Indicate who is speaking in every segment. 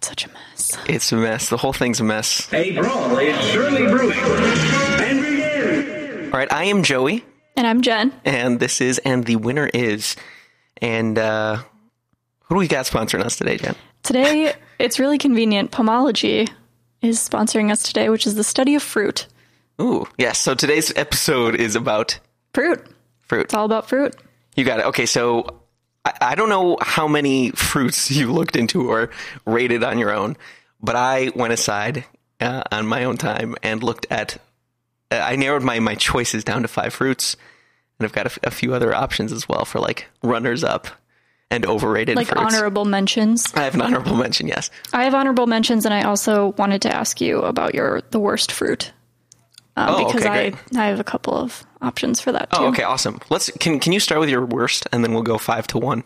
Speaker 1: such a mess.
Speaker 2: It's a mess. The whole thing's a mess.
Speaker 3: A brawl is surely brewing. And begin.
Speaker 2: All right, I am Joey,
Speaker 1: And I'm Jen.
Speaker 2: and this is and the winner is, and uh, who do we got sponsoring us today, Jen?
Speaker 1: Today, it's really convenient. Pomology is sponsoring us today, which is the study of fruit.
Speaker 2: Ooh, yes. so today's episode is about
Speaker 1: Fruit.
Speaker 2: fruit.
Speaker 1: It's all about fruit.
Speaker 2: You got it. Okay, so I, I don't know how many fruits you looked into or rated on your own, but I went aside uh, on my own time and looked at. uh, I narrowed my my choices down to five fruits, and I've got a, f- a few other options as well for like runners up and overrated
Speaker 1: Like
Speaker 2: fruits.
Speaker 1: honorable mentions.
Speaker 2: I have an honorable mention. Yes.
Speaker 1: I have honorable mentions, and I also wanted to ask you about your the worst fruit. Um,
Speaker 2: Oh,
Speaker 1: because
Speaker 2: okay,
Speaker 1: I,
Speaker 2: great.
Speaker 1: I have a couple of options for that too.
Speaker 2: Oh, okay, awesome. Let's can can you start with your worst, and then we'll go five to one.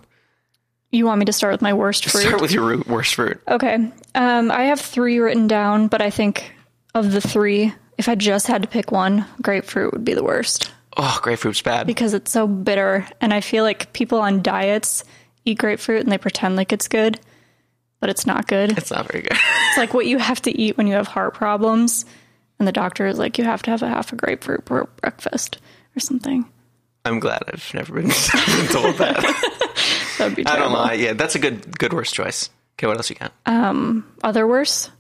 Speaker 1: You want me to start with my worst fruit? Uh,
Speaker 2: Start with your ru- worst fruit.
Speaker 1: Okay. Um, I have three written down, but I think of the three, if I just had to pick one, grapefruit would be the worst
Speaker 2: Oh, grapefruit's bad.
Speaker 1: because it's so bitter. And I feel like people on diets eat grapefruit and they pretend like it's good, but it's not good.
Speaker 2: It's not very good.
Speaker 1: It's like what you have to eat when you have heart problems. And the doctor is like, you have to have a half a grapefruit for breakfast or something.
Speaker 2: I'm glad I've never been told that.
Speaker 1: That would be
Speaker 2: I
Speaker 1: terrible.
Speaker 2: don't know. Yeah, that's a good good worst choice. Okay, what else you got?
Speaker 1: Other worse?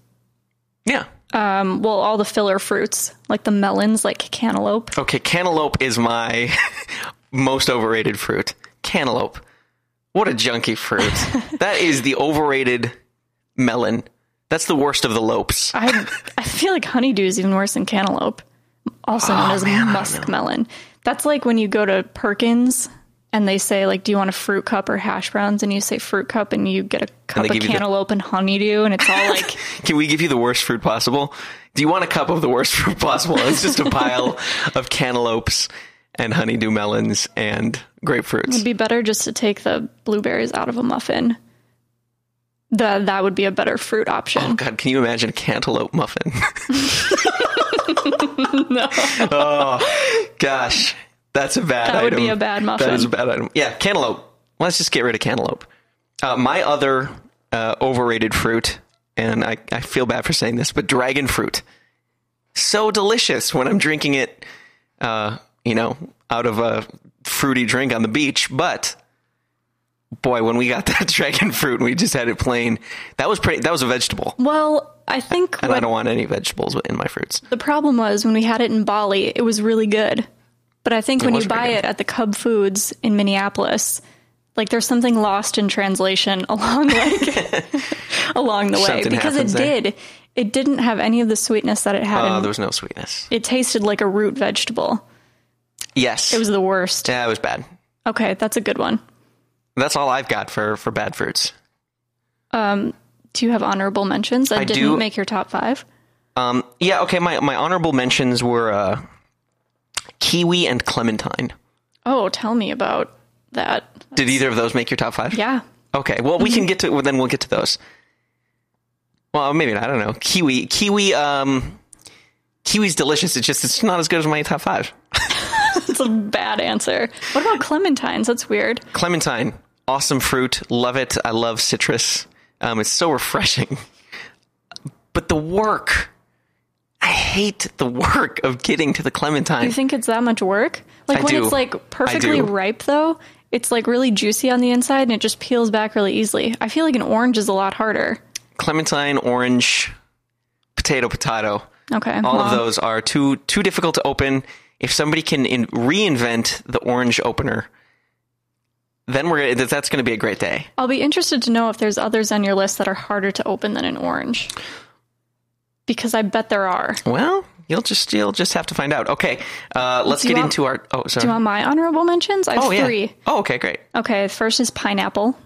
Speaker 2: yeah.
Speaker 1: Um, well, all the filler fruits, like the melons, like cantaloupe.
Speaker 2: Okay, cantaloupe is my most overrated fruit. Cantaloupe. What a junky fruit. that is the overrated melon. That's the worst of the lopes.
Speaker 1: I I feel like honeydew is even worse than cantaloupe, also
Speaker 2: Oh,
Speaker 1: known as muskmelon. That's like when you go to Perkins and they say like, "Do you want a fruit cup or hash browns?" And you say fruit cup, and you get a cup
Speaker 2: they
Speaker 1: of
Speaker 2: give you the-
Speaker 1: cantaloupe and honeydew, and it's all like
Speaker 2: Can we give you the worst fruit possible? Do you want a cup of the worst fruit possible? It's just a pile of cantaloupes and honeydew melons and grapefruits.
Speaker 1: it'd be better just to take the blueberries out of a muffin. The that would be a better fruit
Speaker 2: Oh
Speaker 1: option.
Speaker 2: God, can you imagine a cantaloupe muffin? Oh gosh, that's a bad.
Speaker 1: That would
Speaker 2: item.
Speaker 1: be a bad muffin.
Speaker 2: That is a bad item. Yeah, cantaloupe. Let's just get rid of cantaloupe. Uh, my other uh, overrated fruit, and I, I feel bad for saying this, but dragon fruit. So delicious when I'm drinking it, uh, you know, out of a fruity drink on the beach. But boy, when we got that dragon fruit, and we just had it plain. That was pretty. That was a vegetable.
Speaker 1: Well, I think
Speaker 2: And I
Speaker 1: what
Speaker 2: don't want any vegetables in my fruits.
Speaker 1: The problem was when we had it in Bali, it was really good. But I think when
Speaker 2: was
Speaker 1: you
Speaker 2: very
Speaker 1: buy
Speaker 2: good.
Speaker 1: it at the Cub Foods in Minneapolis, like there's something lost in translation along like along the way
Speaker 2: Something
Speaker 1: because it
Speaker 2: happens there.
Speaker 1: did. It didn't have any of the sweetness that it had.
Speaker 2: Uh,
Speaker 1: in,
Speaker 2: there was no sweetness.
Speaker 1: it tasted like a root vegetable.
Speaker 2: Yes,
Speaker 1: It was the worst.
Speaker 2: Yeah, it was bad.
Speaker 1: Okay, that's a good one.
Speaker 2: That's all I've got for for bad fruits.
Speaker 1: Do you have honorable mentions? I, didn't
Speaker 2: do.
Speaker 1: make your top five.
Speaker 2: Um, yeah, okay. My my honorable mentions were uh, kiwi and clementine.
Speaker 1: Oh, tell me about that.
Speaker 2: Did either of those make your top five?
Speaker 1: Yeah. Mm-hmm.
Speaker 2: Okay. Well, we can get to well, then we'll get to those. Well, maybe not. I don't know. Kiwi, kiwi, um, kiwi's delicious. It's just it's not as good as my top five.
Speaker 1: That's a bad answer. What about clementines? That's weird.
Speaker 2: Clementine, awesome fruit. Love it. I love citrus. Um, it's so refreshing. But the work, I hate the work of getting to the clementine.
Speaker 1: You think it's that much work? Like
Speaker 2: I
Speaker 1: when
Speaker 2: do.
Speaker 1: it's like perfectly
Speaker 2: do.
Speaker 1: ripe though, it's like really juicy on the inside and it just peels back really easily. I feel like an orange is a lot harder.
Speaker 2: clementine, orange, potato, potato.
Speaker 1: Okay.
Speaker 2: All of
Speaker 1: well,
Speaker 2: those are too too difficult to open. If somebody can in, reinvent the orange opener, then we're that- that's going to be a great day.
Speaker 1: I'll be interested to know if there's others on your list that are harder to open than an orange. Because I bet there are. Do
Speaker 2: Well, you'll just you'll just have to find out. Okay, uh, let's
Speaker 1: Do you
Speaker 2: get
Speaker 1: want-
Speaker 2: into our. Oh, sorry.
Speaker 1: you want my honorable mentions? I have
Speaker 2: oh yeah.
Speaker 1: three.
Speaker 2: Oh, okay, great.
Speaker 1: Okay, first is pineapple,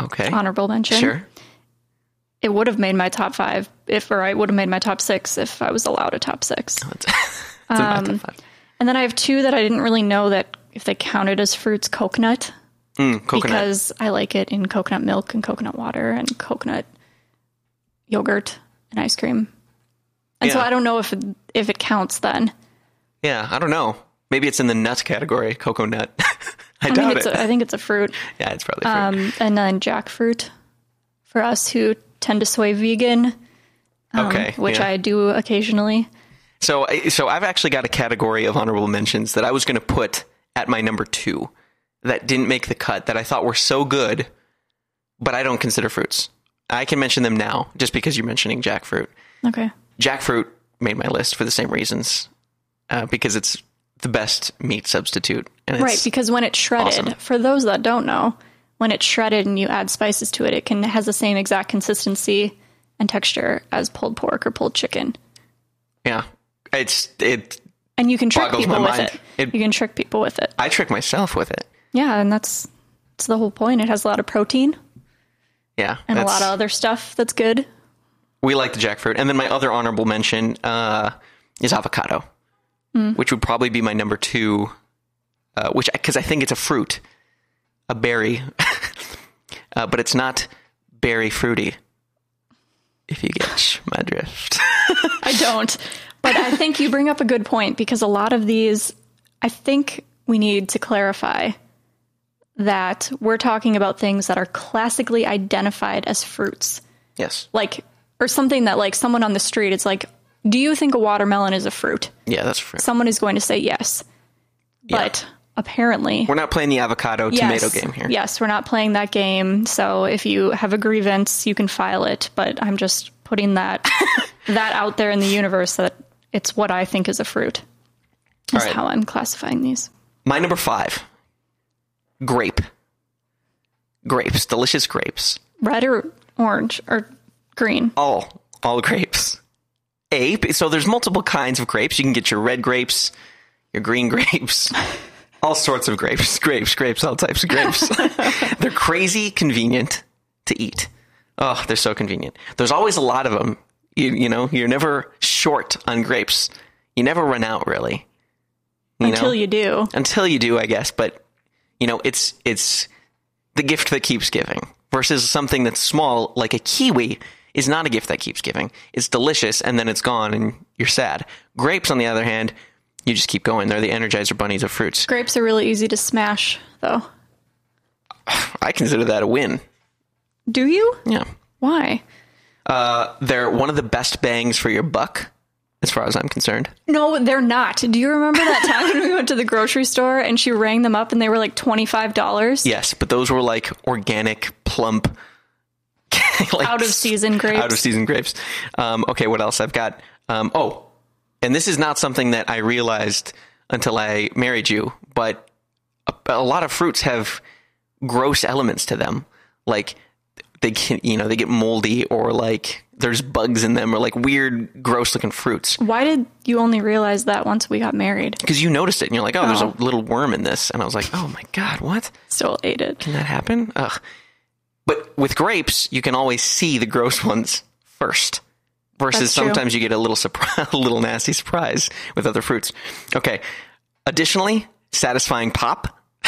Speaker 2: Okay,
Speaker 1: honorable mention.
Speaker 2: sure.
Speaker 1: It would have made my top five if or I would have made my top six if I was allowed a top six.
Speaker 2: That's, that's about
Speaker 1: Um,
Speaker 2: that fun.
Speaker 1: And then I have two that I didn't really know that if they counted as fruits, coconut.
Speaker 2: Mm, coconut.
Speaker 1: because I like it in coconut milk and coconut water and coconut yogurt and ice cream. And so
Speaker 2: Yeah.
Speaker 1: I don't know if it, if it counts then.
Speaker 2: yeah, I don't know. Maybe it's in the nut category. Cocoa nut. I,
Speaker 1: I
Speaker 2: doubt
Speaker 1: think
Speaker 2: it.
Speaker 1: it's a, I think it's a fruit.
Speaker 2: yeah, it's probably. fruit.
Speaker 1: Um, and then jackfruit for us who tend to sway vegan, um,
Speaker 2: Okay,
Speaker 1: which
Speaker 2: yeah.
Speaker 1: I do occasionally.
Speaker 2: So, I- so I've actually got a category of honorable mentions that I was going to put at my number two that didn't make the cut that I thought were so good, but I don't consider fruits. I can mention them now just because you're mentioning jackfruit.
Speaker 1: Okay.
Speaker 2: Jackfruit made my list for the same reasons uh, because it's the best meat substitute. And it's,
Speaker 1: Right, because when it's shredded,
Speaker 2: awesome.
Speaker 1: for those that don't know, when it's shredded and you add spices to it, it can has the same exact consistency and texture as pulled pork or pulled chicken.
Speaker 2: yeah, it's it.
Speaker 1: And you can trick
Speaker 2: Boggles
Speaker 1: people
Speaker 2: my
Speaker 1: with
Speaker 2: mind.
Speaker 1: it.
Speaker 2: It-
Speaker 1: You can trick people with it.
Speaker 2: I trick myself with it.
Speaker 1: Yeah, and that's that's the whole point. It has a lot of protein
Speaker 2: Yeah,
Speaker 1: and a
Speaker 2: that's-
Speaker 1: lot of other stuff that's good.
Speaker 2: we like the jackfruit. And then my other honorable mention uh, is avocado,
Speaker 1: Hmm.
Speaker 2: which would probably be my number two, uh, which because I think it's a fruit, a berry, uh, but it's not berry fruity. If you get my drift,
Speaker 1: I don't. But I think you bring up a good point because a lot of these, I think we need to clarify that we're talking about things that are classically identified as fruits,
Speaker 2: yes,
Speaker 1: like, or something that, like, someone on the street, it's like, do you think a watermelon is a fruit?
Speaker 2: yeah, that's a fruit.
Speaker 1: Someone is going to say yes. But apparently,
Speaker 2: We're not playing the avocado tomato
Speaker 1: yes,
Speaker 2: game here.
Speaker 1: Yes, we're not playing that game. So if you have a grievance, you can file it. But I'm just putting that that out there in the universe that it's what I think is a fruit. Is
Speaker 2: All right.
Speaker 1: how I'm classifying these.
Speaker 2: My number five, grape. Grapes, delicious grapes.
Speaker 1: Red or orange or green.
Speaker 2: all all grapes. Ape. So there's multiple kinds of grapes. You can get your red grapes, your green grapes, all sorts of grapes. Grapes, grapes, all types of grapes. they're crazy convenient to eat. Oh, they're so convenient. There's always a lot of them. You, you know, you're never short on grapes. You never run out, really. Oh, You
Speaker 1: until
Speaker 2: know?
Speaker 1: you do.
Speaker 2: until you do, I guess. But you know, it's it's the gift that keeps giving versus something that's small like a kiwi is not a gift that keeps giving. It's delicious and then it's gone and you're sad. Grapes, on the other hand, you just keep going. They're the Energizer bunnies of fruits.
Speaker 1: Grapes are really easy to smash, though.
Speaker 2: I consider that a win.
Speaker 1: Do you?
Speaker 2: Yeah,
Speaker 1: Why?
Speaker 2: they're one of the best bangs for your buck, as far as I'm concerned.
Speaker 1: No, they're not. Do you remember that time when we went to the grocery store and she rang them up and they were like twenty five dollars
Speaker 2: Yes, but those were like organic, plump, like
Speaker 1: out of season grapes?
Speaker 2: out of season grapes. Um, okay, what else I've got? Um, oh, and this is not something that I realized until I married you, but a, a lot of fruits have gross elements to them, like they can, you know, they get moldy or like there's bugs in them or like weird, gross looking fruits
Speaker 1: Why did you only realize that once we got married?
Speaker 2: because you noticed it and you're like, oh, there's
Speaker 1: Oh.
Speaker 2: a little worm in this, and I was like, oh my god, what?
Speaker 1: Still ate it.
Speaker 2: Can that happen? Ugh. But with grapes, you can always see the gross ones first. Versus
Speaker 1: That's true.
Speaker 2: sometimes you get a little surprise, a little nasty surprise with other fruits. Okay. Additionally, satisfying pop,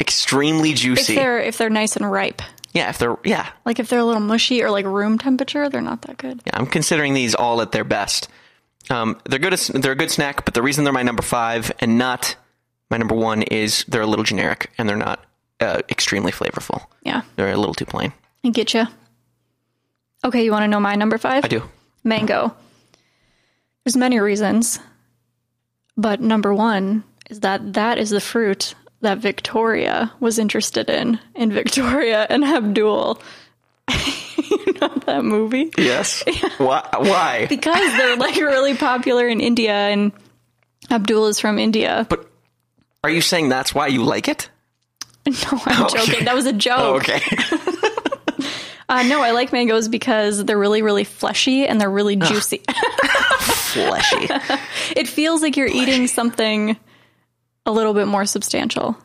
Speaker 2: extremely
Speaker 1: If
Speaker 2: juicy.
Speaker 1: they're if they're nice and ripe,
Speaker 2: yeah, if they're yeah,
Speaker 1: like if they're a little mushy or like room temperature, they're not that good.
Speaker 2: yeah, I'm considering these all at their best. Um, they're good. As, they're a good snack, but the reason they're my number five and not my number one is they're a little generic and they're not uh, extremely flavorful.
Speaker 1: Yeah,
Speaker 2: They're a little too plain.
Speaker 1: I get you. Okay, you want to know my number five?
Speaker 2: I do.
Speaker 1: Mango. There's many reasons, but number one is that that is the fruit that Victoria was interested in in Victoria and Abdul. you know that movie?
Speaker 2: Yes. Why? Why?
Speaker 1: because they're like really popular in India and Abdul is from India.
Speaker 2: But are you saying that's why you like it?
Speaker 1: No, I'm
Speaker 2: Oh, Okay. Oh,
Speaker 1: joking. That was a joke.
Speaker 2: okay.
Speaker 1: Uh, no, I like mangoes because they're really, really fleshy and they're really juicy.
Speaker 2: Fleshy.
Speaker 1: it feels like you're eating something a little bit more substantial.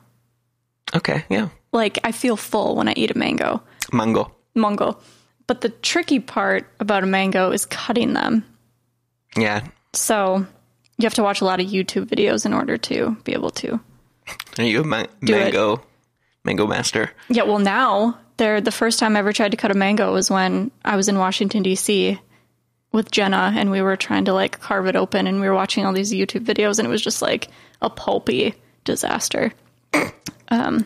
Speaker 2: Okay. Yeah.
Speaker 1: Like I feel full when I eat a mango.
Speaker 2: Mango.
Speaker 1: Mango. But the tricky part about a mango is cutting them.
Speaker 2: Yeah.
Speaker 1: So you have to watch a lot of YouTube videos in order to be able to
Speaker 2: Are you a ma-
Speaker 1: it.
Speaker 2: mango? Mango master.
Speaker 1: Yeah, well, now they're the first time I ever tried to cut a mango was when I was in Washington D.C. with Jenna, and we were trying to like carve it open, and we were watching all these YouTube videos, and it was just like a pulpy disaster. um,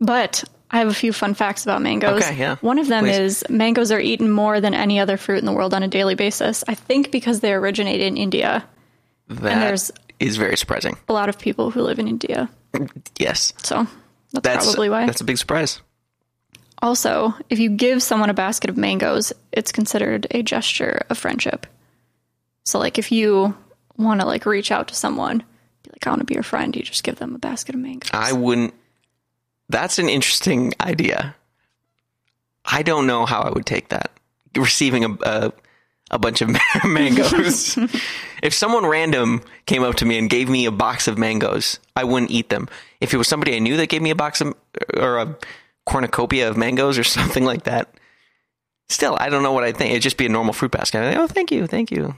Speaker 1: but I have a few fun facts about mangoes.
Speaker 2: Okay, yeah.
Speaker 1: One of them
Speaker 2: Please.
Speaker 1: is mangoes are eaten more than any other fruit in the world on a daily basis. I think because they originate in India.
Speaker 2: That
Speaker 1: there's-
Speaker 2: is very surprising.
Speaker 1: A lot of people who live in India.
Speaker 2: Yes.
Speaker 1: So that's,
Speaker 2: That's
Speaker 1: probably why.
Speaker 2: That's a big surprise.
Speaker 1: Also, if you give someone a basket of mangoes, it's considered a gesture of friendship. So like if you want to like reach out to someone, be like I want to be your friend, you just give them a basket of mangoes.
Speaker 2: I wouldn't. That's an interesting idea. I don't know how I would take that. Receiving a a, a bunch of mangoes. if someone random came up to me and gave me a box of mangoes, I wouldn't eat them. If it was somebody I knew that gave me a box of or a cornucopia of mangoes or something like that, still I don't know what I would think. It'd just be a normal fruit basket. I'd be like, oh, thank you, thank you.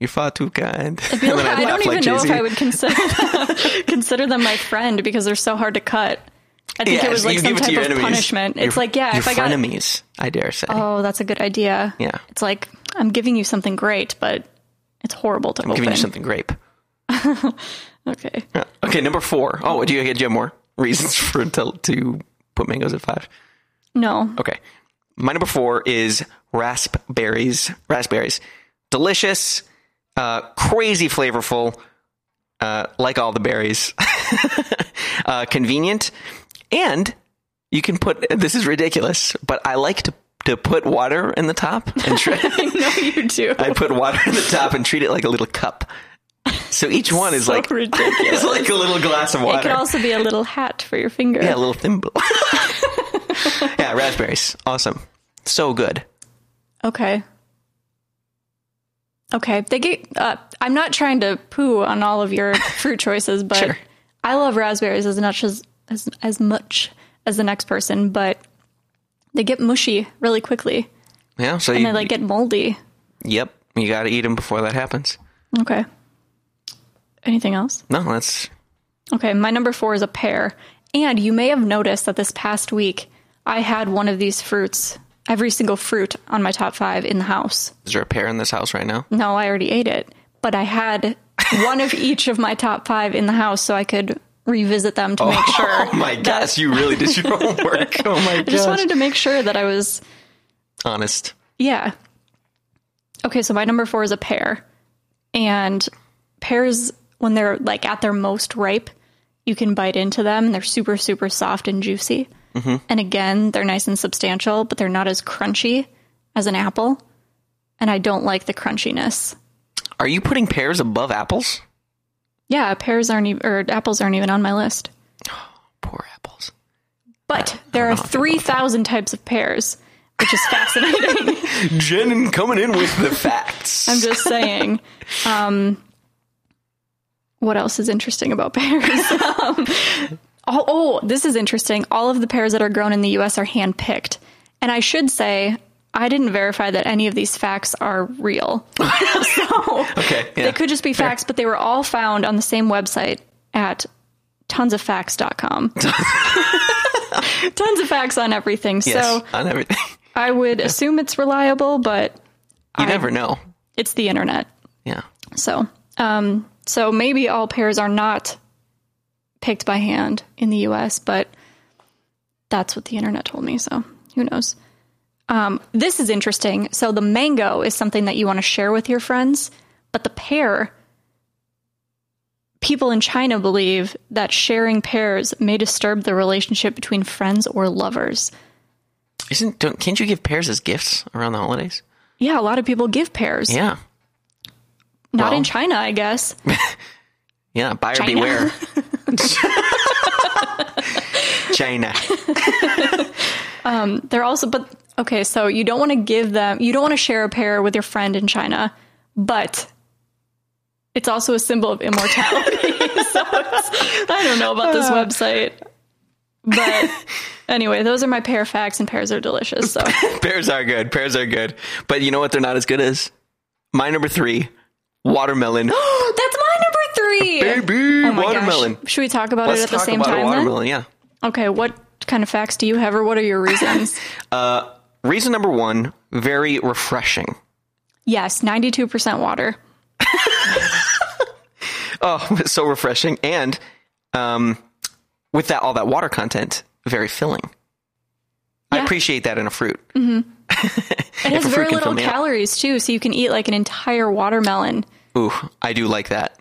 Speaker 2: You're far too kind.
Speaker 1: Be
Speaker 2: And
Speaker 1: like,
Speaker 2: then
Speaker 1: I
Speaker 2: I'd laugh
Speaker 1: don't even
Speaker 2: like
Speaker 1: know if
Speaker 2: Jay-Z.
Speaker 1: I would consider consider them my friend because they're so hard to cut. I think
Speaker 2: Yeah,
Speaker 1: it was
Speaker 2: so
Speaker 1: like
Speaker 2: you
Speaker 1: some
Speaker 2: give it to
Speaker 1: type
Speaker 2: your
Speaker 1: of
Speaker 2: enemies.
Speaker 1: punishment. It's
Speaker 2: Your-
Speaker 1: like yeah,
Speaker 2: your
Speaker 1: if I got
Speaker 2: frenemies, I dare say.
Speaker 1: oh, that's a good idea.
Speaker 2: Yeah.
Speaker 1: it's like I'm giving you something great, but it's horrible to open.
Speaker 2: giving you something grape.
Speaker 1: Okay,
Speaker 2: Yeah. Okay, number four. Oh, do you get you have more reasons for to, to put mangoes at five?
Speaker 1: no,
Speaker 2: Okay, my number four is raspberries. Raspberries, delicious, uh, crazy flavorful, uh, like all the berries. uh, convenient, and you can put. This is ridiculous, but I like to to put water in the top and try.
Speaker 1: I know you do.
Speaker 2: I put water in the top and treat it like a little cup. So each one is
Speaker 1: So
Speaker 2: like
Speaker 1: ridiculous.
Speaker 2: it's like a little glass of
Speaker 1: It
Speaker 2: water.
Speaker 1: could also be a little hat for your finger.
Speaker 2: yeah, a little thimble. yeah, raspberries. Awesome. So good.
Speaker 1: Okay. Okay. They get. Uh, I'm not trying to poo on all of your fruit choices, but
Speaker 2: Sure.
Speaker 1: I love raspberries as much as, as as much as the next person, but they get mushy really quickly
Speaker 2: Yeah. So
Speaker 1: and
Speaker 2: you,
Speaker 1: they like get moldy.
Speaker 2: yep, you got to eat them before that happens.
Speaker 1: Okay. Anything else?
Speaker 2: No, that's
Speaker 1: Okay, my number four is a pear. And you may have noticed that this past week I had one of these fruits, every single fruit on my top five in the house.
Speaker 2: is there a pear in this house right now?
Speaker 1: No, I already ate it, but I had one of each of my top five in the house so I could revisit them to make sure.
Speaker 2: Oh my gosh, you really did your homework. Oh my
Speaker 1: I just
Speaker 2: gosh.
Speaker 1: wanted to make sure that I was,
Speaker 2: Honest.
Speaker 1: yeah. Okay, so my number four is a pear. And pears, when they're like at their most ripe, you can bite into them. They're super, super soft and juicy. And again, they're nice and substantial, but they're not as crunchy as an apple. And I don't like the crunchiness.
Speaker 2: Are you putting pears above apples?
Speaker 1: Yeah, pears aren't even, or apples aren't even on my list.
Speaker 2: Poor apples.
Speaker 1: But there are 3,000 types of pears, which is fascinating.
Speaker 2: Jen coming in with the facts.
Speaker 1: I'm just saying. Um, what else is interesting about pears? um, oh, oh, this is interesting. All of the pears that are grown in the U.S. are handpicked. And I should say, I didn't verify that any of these facts are real. so
Speaker 2: okay. Yeah.
Speaker 1: they could just be facts, but they were all found on the same website at tonsofacts.com. Tons of facts on everything.
Speaker 2: yes,
Speaker 1: So
Speaker 2: on everything.
Speaker 1: I would assume it's reliable, but
Speaker 2: You never know.
Speaker 1: it's the internet.
Speaker 2: Yeah.
Speaker 1: So, um, so maybe all pears are not picked by hand in the U.S., but that's what the internet told me. So who knows? Um, this is interesting. So the mango is something that you want to share with your friends, but the pear. People in China believe that sharing pears may disturb the relationship between friends or lovers.
Speaker 2: Isn't don't, can't you give pears as gifts around the holidays?
Speaker 1: Yeah, a lot of people give pears.
Speaker 2: Yeah,
Speaker 1: Not
Speaker 2: well.
Speaker 1: in China, I guess.
Speaker 2: yeah. Buyer
Speaker 1: China.
Speaker 2: beware. China.
Speaker 1: They're also, but okay, so you don't want to give them, you don't want to share a pair with your friend in China, but it's also a symbol of immortality. so it's, I don't know about this
Speaker 2: Uh.
Speaker 1: website. But anyway, those are my pair facts, and pears are delicious. So
Speaker 2: Pears are good. Pears are good. But you know what? They're not as good as my number three, watermelon.
Speaker 1: that's my number three.
Speaker 2: Baby,
Speaker 1: Oh my gosh.
Speaker 2: watermelon.
Speaker 1: Should we talk about
Speaker 2: Let's
Speaker 1: it at the
Speaker 2: talk
Speaker 1: same
Speaker 2: about a
Speaker 1: time then?
Speaker 2: watermelon. Yeah.
Speaker 1: Okay, what kind of facts do you have, or what are your reasons?
Speaker 2: Reason number one: very refreshing.
Speaker 1: yes, 92% water.
Speaker 2: Oh, it's so refreshing, and um, with that all that water content, very filling. I appreciate that in a fruit.
Speaker 1: It has
Speaker 2: a fruit
Speaker 1: very
Speaker 2: can
Speaker 1: little
Speaker 2: fill me up.
Speaker 1: calories too, so you can eat like an entire watermelon.
Speaker 2: Ooh, I do like that.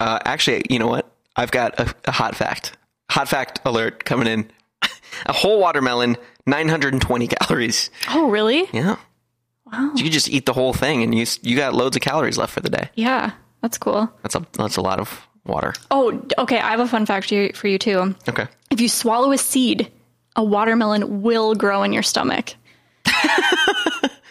Speaker 2: Uh, actually, you know what? I've got a, a hot fact. Hot fact alert coming in. a whole watermelon, 920 calories.
Speaker 1: Oh, really?
Speaker 2: Yeah. Wow. You could just eat the whole thing and you s- you got loads of calories left for the day.
Speaker 1: Yeah, that's cool.
Speaker 2: That's a that's a lot of water.
Speaker 1: Oh, d- okay. I have a fun fact here- for you too.
Speaker 2: Okay.
Speaker 1: If you swallow a seed, a watermelon will grow in your stomach.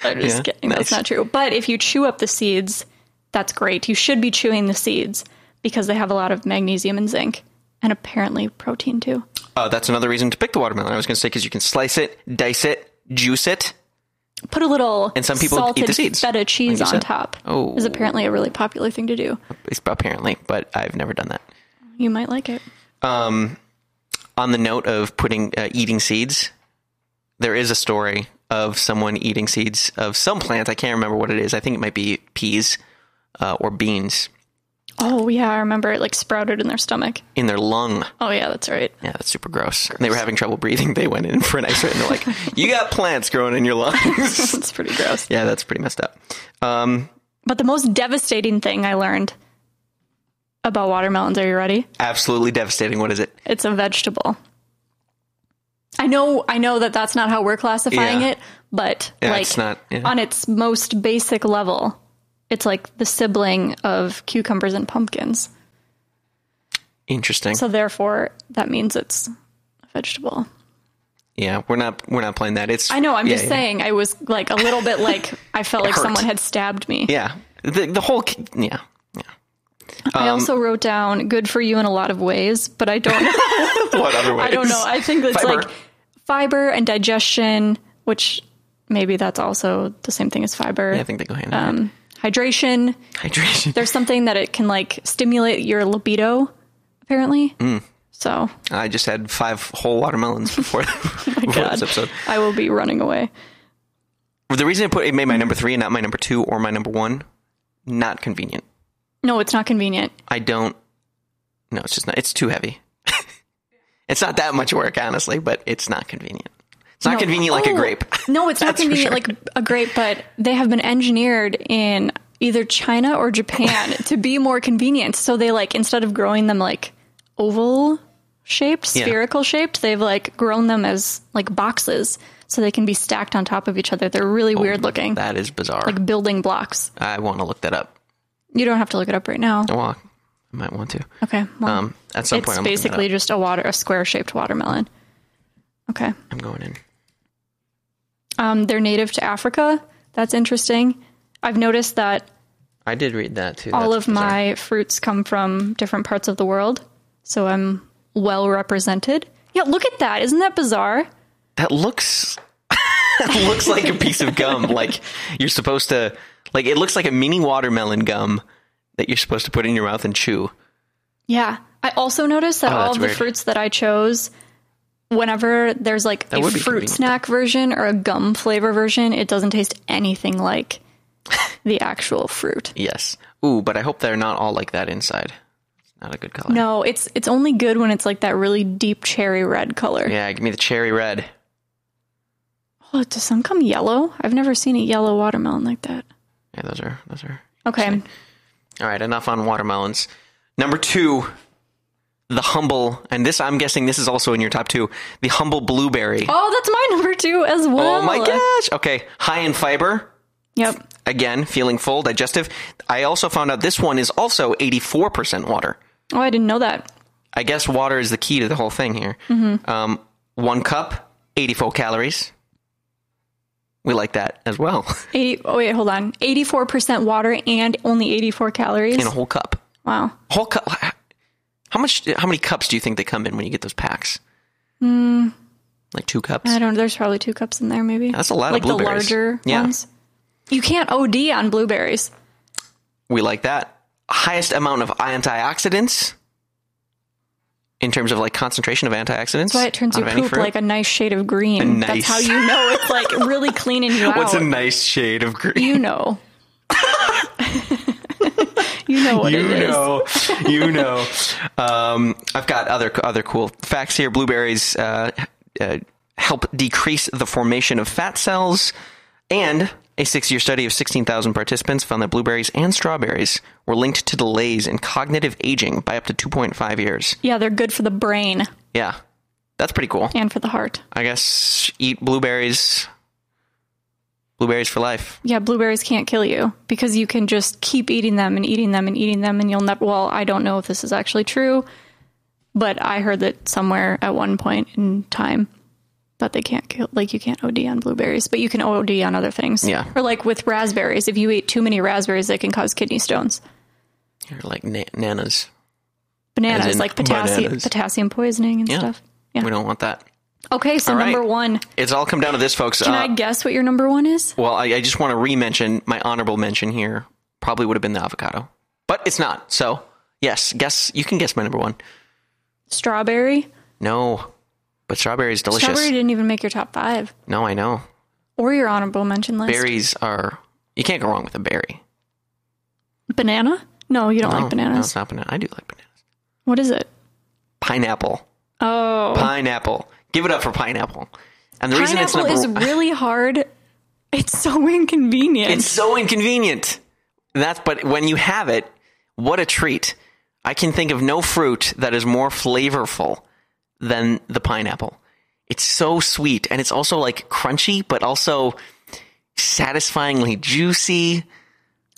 Speaker 1: I'm just
Speaker 2: Yeah,
Speaker 1: kidding. That's
Speaker 2: nice.
Speaker 1: not true. But if you chew up the seeds, that's great. You should be chewing the seeds because they have a lot of magnesium and zinc, and apparently protein too.
Speaker 2: Uh, that's another reason to pick the watermelon. I was going to say because you can slice it, dice it, juice it.
Speaker 1: Put a little
Speaker 2: And some people eat
Speaker 1: salted
Speaker 2: the seeds,
Speaker 1: feta cheese
Speaker 2: like you
Speaker 1: on
Speaker 2: said.
Speaker 1: top.
Speaker 2: Oh.
Speaker 1: is apparently a really popular thing to do.
Speaker 2: It's apparently, but I've never done that.
Speaker 1: You might like it.
Speaker 2: on the note of putting uh, eating seeds, there is a story of someone eating seeds of some plant. I can't remember what it is. I think it might be peas uh, or beans
Speaker 1: Oh yeah, I remember it like sprouted in their stomach.
Speaker 2: in their lung.
Speaker 1: Oh yeah, that's right.
Speaker 2: Yeah, that's super gross. They were having trouble breathing. They went in for an X-ray and they're like, "You got plants growing in your lungs."
Speaker 1: It's pretty gross.
Speaker 2: yeah, that's pretty messed up. Um,
Speaker 1: But the most devastating thing I learned about watermelons, are you ready?
Speaker 2: absolutely devastating. What is it?
Speaker 1: It's a vegetable. I know I know that that's not how we're classifying
Speaker 2: Yeah.
Speaker 1: it, but
Speaker 2: Yeah,
Speaker 1: like
Speaker 2: it's not- yeah.
Speaker 1: on its most basic level, it's like the sibling of cucumbers and pumpkins.
Speaker 2: Interesting.
Speaker 1: So therefore, that means it's a vegetable.
Speaker 2: yeah, we're not we're not playing that. It's
Speaker 1: I know, I'm
Speaker 2: yeah,
Speaker 1: just
Speaker 2: yeah.
Speaker 1: saying I was like a little bit like I felt like
Speaker 2: hurt.
Speaker 1: someone had stabbed me.
Speaker 2: Yeah, the the whole c- yeah yeah.
Speaker 1: I
Speaker 2: um,
Speaker 1: also wrote down good for you in a lot of ways, but I don't
Speaker 2: What other ways?
Speaker 1: I don't know. I think it's
Speaker 2: Fiber.
Speaker 1: like fiber and digestion, which maybe that's also the same thing as fiber.
Speaker 2: I think they go hand in hand.
Speaker 1: um, hydration.
Speaker 2: Hydration.
Speaker 1: There's something that it can like stimulate your libido, apparently. So
Speaker 2: I just had five whole watermelons before, before
Speaker 1: Oh God,
Speaker 2: this episode.
Speaker 1: I will be running away.
Speaker 2: The reason I put it made my number three and not my number two or my number one, not convenient.
Speaker 1: No, it's not convenient.
Speaker 2: I don't. No, it's just not. It's too heavy. it's not that much work, honestly, but it's not convenient. It's not
Speaker 1: No.
Speaker 2: convenient like
Speaker 1: Oh,
Speaker 2: a grape.
Speaker 1: No, it's not
Speaker 2: That's for
Speaker 1: convenient
Speaker 2: sure.
Speaker 1: like a grape, but they have been engineered in either China or Japan to be more convenient. So they like instead of growing them like oval shaped,
Speaker 2: Yeah.
Speaker 1: spherical shaped, they've like grown them as like boxes so they can be stacked on top of each other. They're really weird looking.
Speaker 2: Oh, That is bizarre.
Speaker 1: Like building blocks.
Speaker 2: I want to look that up.
Speaker 1: You don't have to look it up right now.
Speaker 2: Well, I might want to.
Speaker 1: Okay. Well,
Speaker 2: Um, at some point,
Speaker 1: it's
Speaker 2: I'm looking that
Speaker 1: basically
Speaker 2: up.
Speaker 1: just a water a square shaped watermelon. Okay.
Speaker 2: I'm going in.
Speaker 1: Um, they're native to Africa. That's interesting. I've noticed that
Speaker 2: I did read that too.
Speaker 1: all
Speaker 2: That's
Speaker 1: of
Speaker 2: bizarre.
Speaker 1: my fruits come from different parts of the world, so I'm well represented. Yeah, look at that. Isn't that bizarre?
Speaker 2: that looks that looks like a piece of gum like you're supposed to like it looks like a mini watermelon gum that you're supposed to put in your mouth and chew
Speaker 1: Yeah. I also noticed that
Speaker 2: Oh,
Speaker 1: all
Speaker 2: that's
Speaker 1: of the
Speaker 2: weird.
Speaker 1: fruits that I chose, whenever there's like a
Speaker 2: would be
Speaker 1: fruit
Speaker 2: convenient,
Speaker 1: snack version or a gum flavor version, it doesn't taste anything like the actual fruit.
Speaker 2: yes ooh but i hope they're not all like that inside it's not a good color
Speaker 1: No, it's it's only good when it's like that really deep cherry red color.
Speaker 2: yeah give me the cherry red
Speaker 1: Oh, does some come yellow? I've never seen a yellow watermelon like that.
Speaker 2: yeah those are those are
Speaker 1: Okay.
Speaker 2: all right enough on watermelons number two the humble and this i'm guessing this is also in your top two the humble blueberry
Speaker 1: Oh, that's my number two as well.
Speaker 2: oh my gosh okay high in fiber
Speaker 1: Yep.
Speaker 2: again feeling full digestive i also found out this one is also 84% water
Speaker 1: Oh, I didn't know that.
Speaker 2: i guess water is the key to the whole thing here
Speaker 1: Mm-hmm.
Speaker 2: um, one cup 84 calories we like that as well
Speaker 1: 80, oh, wait, hold on. 84% water and only 84 calories.
Speaker 2: in a whole cup
Speaker 1: wow.
Speaker 2: whole cup how much how many cups do you think they come in when you get those packs like two cups
Speaker 1: Hmm. I don't know. There's probably two cups in there, maybe.
Speaker 2: That's a lot of
Speaker 1: like
Speaker 2: blueberries.
Speaker 1: the larger
Speaker 2: Yeah.
Speaker 1: ones. You can't OD on blueberries.
Speaker 2: we like that highest amount of antioxidants in terms of like concentration of antioxidants
Speaker 1: But it turns
Speaker 2: out
Speaker 1: your
Speaker 2: of any
Speaker 1: poop
Speaker 2: fruit.
Speaker 1: like a nice shade of green.
Speaker 2: Nice.
Speaker 1: That's how you know it's like really cleaning you out.
Speaker 2: what's a nice shade of green
Speaker 1: you know. you know what
Speaker 2: you
Speaker 1: it is.
Speaker 2: know, you know. Um, I've got other other cool facts here. Blueberries uh, uh, help decrease the formation of fat cells. And a six year study of 16,000 participants found that blueberries and strawberries were linked to delays in cognitive aging by up to 2.5 years.
Speaker 1: Yeah, they're good for the brain
Speaker 2: Yeah, that's pretty cool.
Speaker 1: and for the heart.
Speaker 2: I guess eat blueberries. Blueberries for life.
Speaker 1: Yeah, blueberries can't kill you because you can just keep eating them and eating them and eating them, and you'll never. Well, I don't know if this is actually true, but I heard that somewhere at one point in time that they can't kill, like you can't OD on blueberries, but you can OD on other things.
Speaker 2: Yeah.
Speaker 1: Or like with raspberries, if you eat too many raspberries, they can cause kidney stones.
Speaker 2: You're like na- nanas.
Speaker 1: Bananas,
Speaker 2: in
Speaker 1: like potassium,
Speaker 2: bananas.
Speaker 1: potassium poisoning and
Speaker 2: Yeah.
Speaker 1: stuff. Yeah.
Speaker 2: We don't want that.
Speaker 1: Okay, so
Speaker 2: All right.
Speaker 1: number one.
Speaker 2: It's all come down to this, folks.
Speaker 1: Can
Speaker 2: Uh,
Speaker 1: I guess what your number one is?
Speaker 2: Well, I, I just want to re-mention my honorable mention here. Probably would have been the avocado, but it's not. So yes, guess you can guess my number one.
Speaker 1: Strawberry.
Speaker 2: No, but strawberry is delicious.
Speaker 1: Strawberry didn't even make your top five
Speaker 2: No, I know
Speaker 1: or your honorable mention list.
Speaker 2: berries are. You can't go wrong with a berry.
Speaker 1: Banana? No, you don't
Speaker 2: No,
Speaker 1: like
Speaker 2: No,
Speaker 1: bananas.
Speaker 2: it's not banana. I do like bananas.
Speaker 1: What is it?
Speaker 2: Pineapple.
Speaker 1: Oh,
Speaker 2: Pineapple. Give it up for pineapple. And the reason it's
Speaker 1: pineapple
Speaker 2: number
Speaker 1: is
Speaker 2: one-
Speaker 1: really hard. It's so inconvenient.
Speaker 2: It's so inconvenient. That's but when you have it, what a treat. I can think of no fruit that is more flavorful than the pineapple. It's so sweet and it's also like crunchy but also satisfyingly juicy.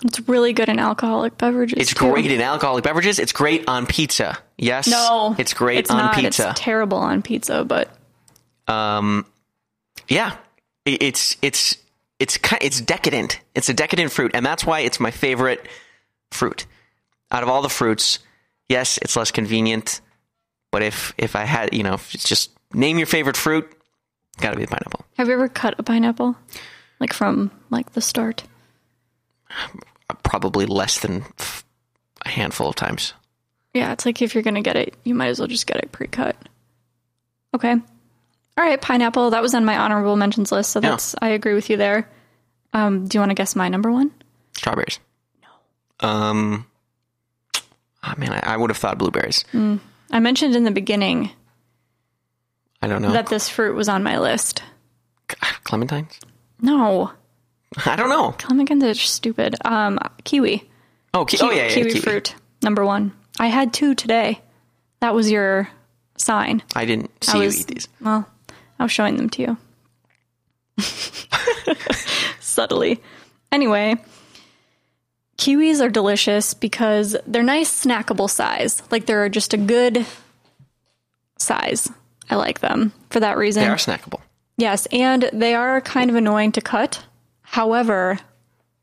Speaker 1: It's really good in alcoholic beverages.
Speaker 2: It's
Speaker 1: too.
Speaker 2: great in alcoholic beverages. It's great on pizza. Yes.
Speaker 1: No,
Speaker 2: It's great
Speaker 1: it's
Speaker 2: on
Speaker 1: not.
Speaker 2: pizza.
Speaker 1: It's terrible on pizza, but
Speaker 2: um yeah It- it's it's it's ki- it's decadent it's a decadent fruit and that's why it's my favorite fruit out of all the fruits yes it's less convenient but if if i had you know if it's just name your favorite fruit gotta be the pineapple
Speaker 1: have you ever cut a pineapple, like from like the start?
Speaker 2: Uh, probably less than f- a handful of times
Speaker 1: Yeah, it's like if you're gonna get it, you might as well just get it pre-cut. Okay. All right, pineapple. That was on my honorable mentions list, so that's I agree with you there. Um, do you want to guess my number one?
Speaker 2: strawberries no um ah man i, I would have thought blueberries
Speaker 1: Mm. I mentioned in the beginning
Speaker 2: i don't know
Speaker 1: that this fruit was on my list.
Speaker 2: clementines
Speaker 1: No,
Speaker 2: i don't know
Speaker 1: clementines are stupid. Um, kiwi.
Speaker 2: oh, ki- oh yeah, yeah,
Speaker 1: kiwi,
Speaker 2: kiwi.
Speaker 1: fruit number one. I had two today. That was your sign.
Speaker 2: i didn't see
Speaker 1: I
Speaker 2: you
Speaker 1: was-
Speaker 2: eat these
Speaker 1: Well, I was showing them to you subtly. Anyway, kiwis are delicious because they're nice snackable size. Like they're just a good size. I like them for that reason.
Speaker 2: They are snackable.
Speaker 1: Yes, and they are kind of annoying to cut. However,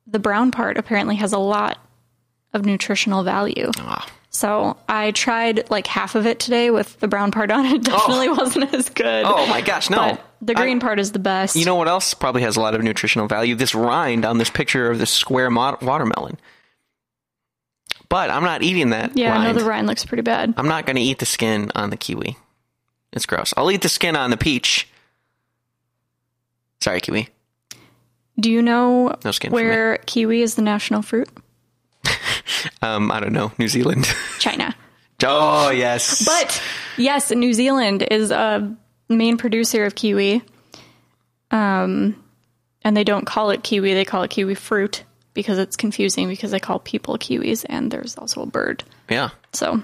Speaker 1: the brown part apparently has a lot of nutritional value.
Speaker 2: Ah.
Speaker 1: So I tried like half of it today with the brown part on it. It definitely wasn't as good.
Speaker 2: Oh my gosh, no.
Speaker 1: But the green
Speaker 2: I-
Speaker 1: part is the best.
Speaker 2: you know what else probably has a lot of nutritional value? This rind on this picture of this square mo- watermelon. But I'm not eating that.
Speaker 1: yeah, I
Speaker 2: rind.
Speaker 1: know the rind looks pretty bad.
Speaker 2: I'm not going to eat the skin on the kiwi. It's gross. I'll eat the skin on the peach. Sorry, kiwi.
Speaker 1: Do you know
Speaker 2: No skin for
Speaker 1: where kiwi is the national fruit?
Speaker 2: Um, I don't know. New Zealand.
Speaker 1: China.
Speaker 2: oh yes.
Speaker 1: But yes, New Zealand is a main producer of kiwi. Um, and they don't call it kiwi; they call it kiwi fruit because it's confusing. Because they call people kiwis, and there's also a bird.
Speaker 2: yeah,
Speaker 1: So,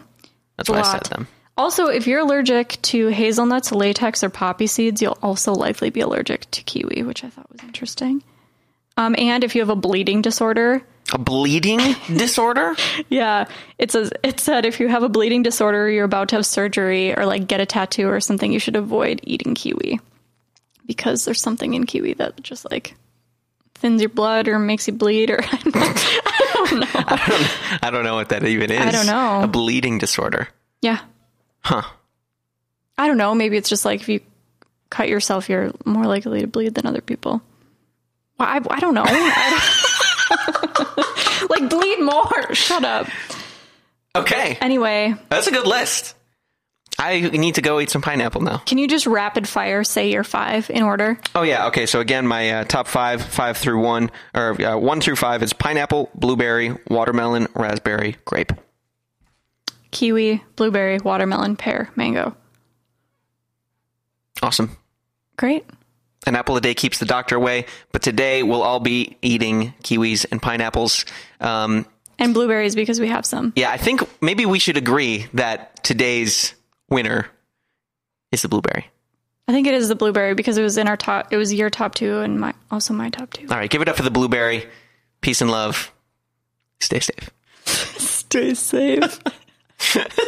Speaker 2: that's why I said
Speaker 1: Lot.
Speaker 2: them.
Speaker 1: also, if you're allergic to hazelnuts, latex, or poppy seeds, you'll also likely be allergic to kiwi, which I thought was interesting. Um, and if you have a bleeding disorder,
Speaker 2: A bleeding disorder.
Speaker 1: Yeah, it says it said if you have a bleeding disorder, you're about to have surgery or like get a tattoo or something, you should avoid eating kiwi because there's something in kiwi that just like thins your blood or makes you bleed or
Speaker 2: I don't know what that even is.
Speaker 1: don't know.
Speaker 2: A bleeding disorder.
Speaker 1: yeah.
Speaker 2: Huh.
Speaker 1: I don't know, maybe it's just like if you cut yourself, you're more likely to bleed than other people. Well, I, I don't know. I don't- like bleed more. Shut up.
Speaker 2: Okay.
Speaker 1: Anyway,
Speaker 2: That's a good list. I need to go eat some pineapple now.
Speaker 1: can you just rapid fire say your five in order?
Speaker 2: Oh yeah. Okay. So again, my uh, top five, five through one, or uh, one through five is pineapple, blueberry, watermelon, raspberry, grape.
Speaker 1: Kiwi, blueberry, watermelon, pear, mango.
Speaker 2: Awesome.
Speaker 1: Great.
Speaker 2: An apple a day keeps the doctor away, but today we'll all be eating kiwis and pineapples. Um,
Speaker 1: And blueberries because we have some.
Speaker 2: yeah, I think maybe we should agree that today's winner is the blueberry.
Speaker 1: I think it is the blueberry because it was in our top. It was your top two and my also my top two.
Speaker 2: All right, give it up for the blueberry. Peace and love. Stay safe.
Speaker 1: Stay safe.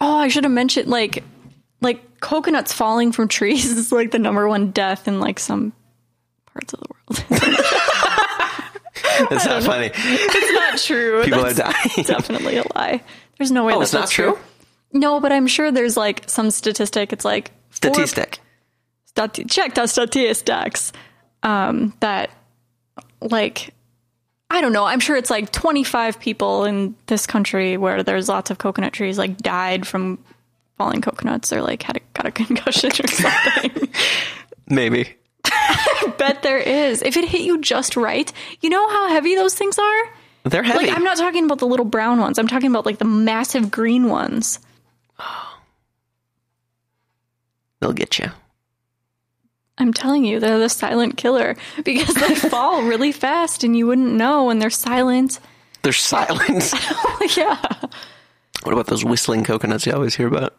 Speaker 1: oh, I should have mentioned like like coconuts falling from trees is like the number one death in like some parts of the world.
Speaker 2: That's not funny.
Speaker 1: it's not true.
Speaker 2: People are
Speaker 1: That's
Speaker 2: dying.
Speaker 1: definitely a lie. There's no way
Speaker 2: Oh,
Speaker 1: that
Speaker 2: it's not
Speaker 1: that's
Speaker 2: true?
Speaker 1: No, but I'm sure there's like some statistic. It's like four-
Speaker 2: Statistic.
Speaker 1: stati- check the statistics um, that like i don't know i'm sure it's like 25 people in this country where there's lots of coconut trees like died from falling coconuts or like had a, got a concussion or something
Speaker 2: Maybe.
Speaker 1: bet there is if it hit you just right you know how heavy those things are
Speaker 2: They're heavy.
Speaker 1: like i'm not talking about the little brown ones i'm talking about like the massive green ones
Speaker 2: They'll get you.
Speaker 1: I'm telling you, they're the silent killer because they fall really fast and you wouldn't know when they're silent.
Speaker 2: They're silent.
Speaker 1: yeah.
Speaker 2: what about those whistling coconuts you always hear about?